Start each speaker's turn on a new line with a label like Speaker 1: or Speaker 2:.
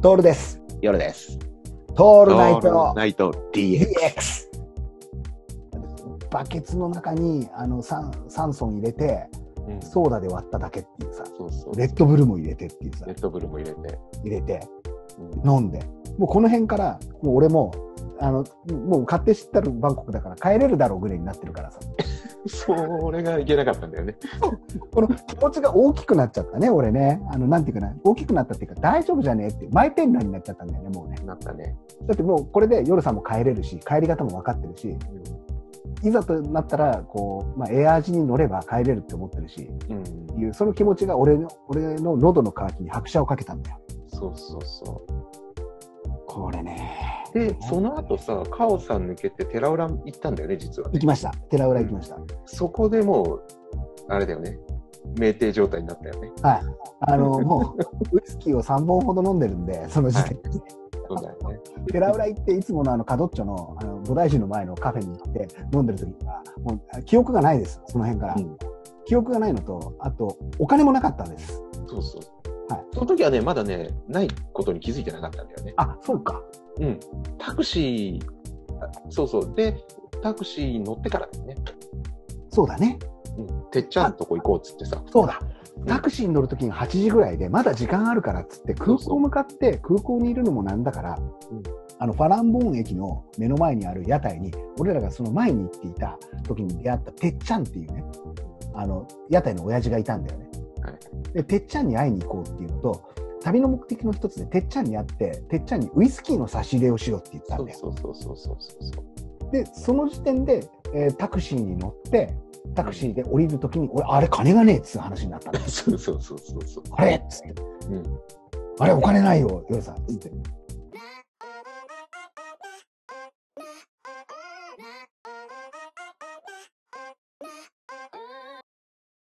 Speaker 1: トールです。
Speaker 2: 夜です。
Speaker 1: ト
Speaker 2: オ
Speaker 1: ールナイト
Speaker 2: ナイト DX。
Speaker 1: DX。バケツの中にあの酸酸素を入れて、
Speaker 2: うん
Speaker 1: ソーダで割っただけっていうさ、
Speaker 2: そうそう。
Speaker 1: レ
Speaker 2: レ
Speaker 1: ッドブルも入れてっていうさ、
Speaker 2: ッドブルも入れて。
Speaker 1: 入れて、
Speaker 2: うん
Speaker 1: 飲んで、もうこの辺から、もう俺も、あのもう買って知ったるバンコクだから帰れるだろうぐらいになってるからさ、
Speaker 2: それがいけなかったんだよね。
Speaker 1: この気持ちが大きくなっちゃったね、俺ね。あのなんていうかな、大きくなったっていうか、大丈夫じゃねえっていう、マイペンラになっちゃったんだよね、もうね。
Speaker 2: なったね。
Speaker 1: だってもうこれで夜さんも帰れるし、帰り方も分かってるし、いざとなったらこう、まあ、エアージに乗れば帰れるって思ってるし
Speaker 2: うん。
Speaker 1: いうその気持ちが俺の俺の喉の渇きに拍車をかけたんだよ
Speaker 2: そうそうそ
Speaker 1: これね
Speaker 2: う。で、その後さ、カオさん抜けて寺浦行ったんだよね、実は、
Speaker 1: 行
Speaker 2: ね
Speaker 1: き。ました寺浦行きました、
Speaker 2: そこでもう、あれだよね。酩酊状態になったよね。
Speaker 1: あのもうウイスキーを3本ほど飲んでるんでその時点で、
Speaker 2: そうだよね。
Speaker 1: 寺浦行っていつものあの角っちょのあの菩提寺の前のカフェに行って飲んでる時はもう記憶がないですその辺から、
Speaker 2: うん
Speaker 1: 記憶がないのとあとお金もなかったんです
Speaker 2: そうそう。
Speaker 1: はい
Speaker 2: その時はね、まだね、ないことに気づいてなかったんだよね。
Speaker 1: あそうか
Speaker 2: うん。タクシー、あそうそう。で、タクシーに乗ってからだよね。
Speaker 1: そうだね
Speaker 2: うん。てっちゃんのとこ行こうっつってさ。
Speaker 1: そうだ
Speaker 2: うん
Speaker 1: タクシーに乗るときに8時ぐらいで、まだ時間あるからっつって、空港向かって、空港にいるのもなんだから
Speaker 2: うん、
Speaker 1: あのファランボーン駅の目の前にある屋台に、俺らがその前に行っていた時に出会ったてっちゃんっていうね、あの屋台の親父がいたんだよね。
Speaker 2: は
Speaker 1: で、てっちゃんに会いに行こうっていうのと、旅の目的の一つで、てっちゃんに会って、てっちゃんにウイスキーの差し入れをしようって言ったんだよ。
Speaker 2: そうそうそうそうそうそう。
Speaker 1: で、その時点で、えータクシーに乗って、タクシーで降りるときに、俺、あれ、金がねえっつう話にな ったんだよ。
Speaker 2: そうそうそうそうそう。
Speaker 1: あれっつって。
Speaker 2: うん。
Speaker 1: あれお金ないよ、ヨルさん。つって。